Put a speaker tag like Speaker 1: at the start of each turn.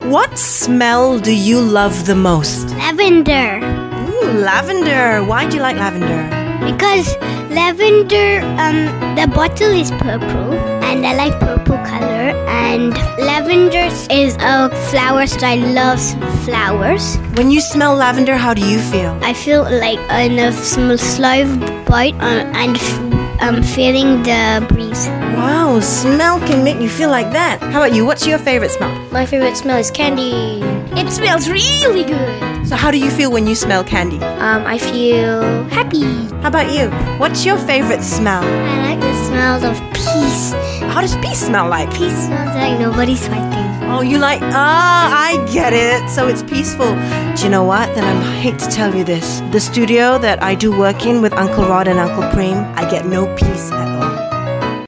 Speaker 1: What smell do you love the most?
Speaker 2: Lavender.
Speaker 1: Ooh, lavender. Why do you like lavender?
Speaker 2: Because lavender, um, the bottle is purple and I like purple color. And lavender is a flower, so I love flowers.
Speaker 1: When you smell lavender, how do you feel?
Speaker 2: I feel like in a small slow bite um, and f- um, feeling the breeze.
Speaker 1: Wow, smell can make you feel like that. How about you? What's your favorite smell?
Speaker 3: My favorite smell is candy.
Speaker 2: It smells really good.
Speaker 1: So, how do you feel when you smell candy?
Speaker 3: Um, I feel happy.
Speaker 1: How about you? What's your favorite smell?
Speaker 2: I like the smell of peace.
Speaker 1: How does peace smell like?
Speaker 2: Peace smells like nobody's fighting.
Speaker 1: Oh, you like, ah, I get it. So it's peaceful. Do you know what? Then I hate to tell you this. The studio that I do work in with Uncle Rod and Uncle Prem, I get no peace at all.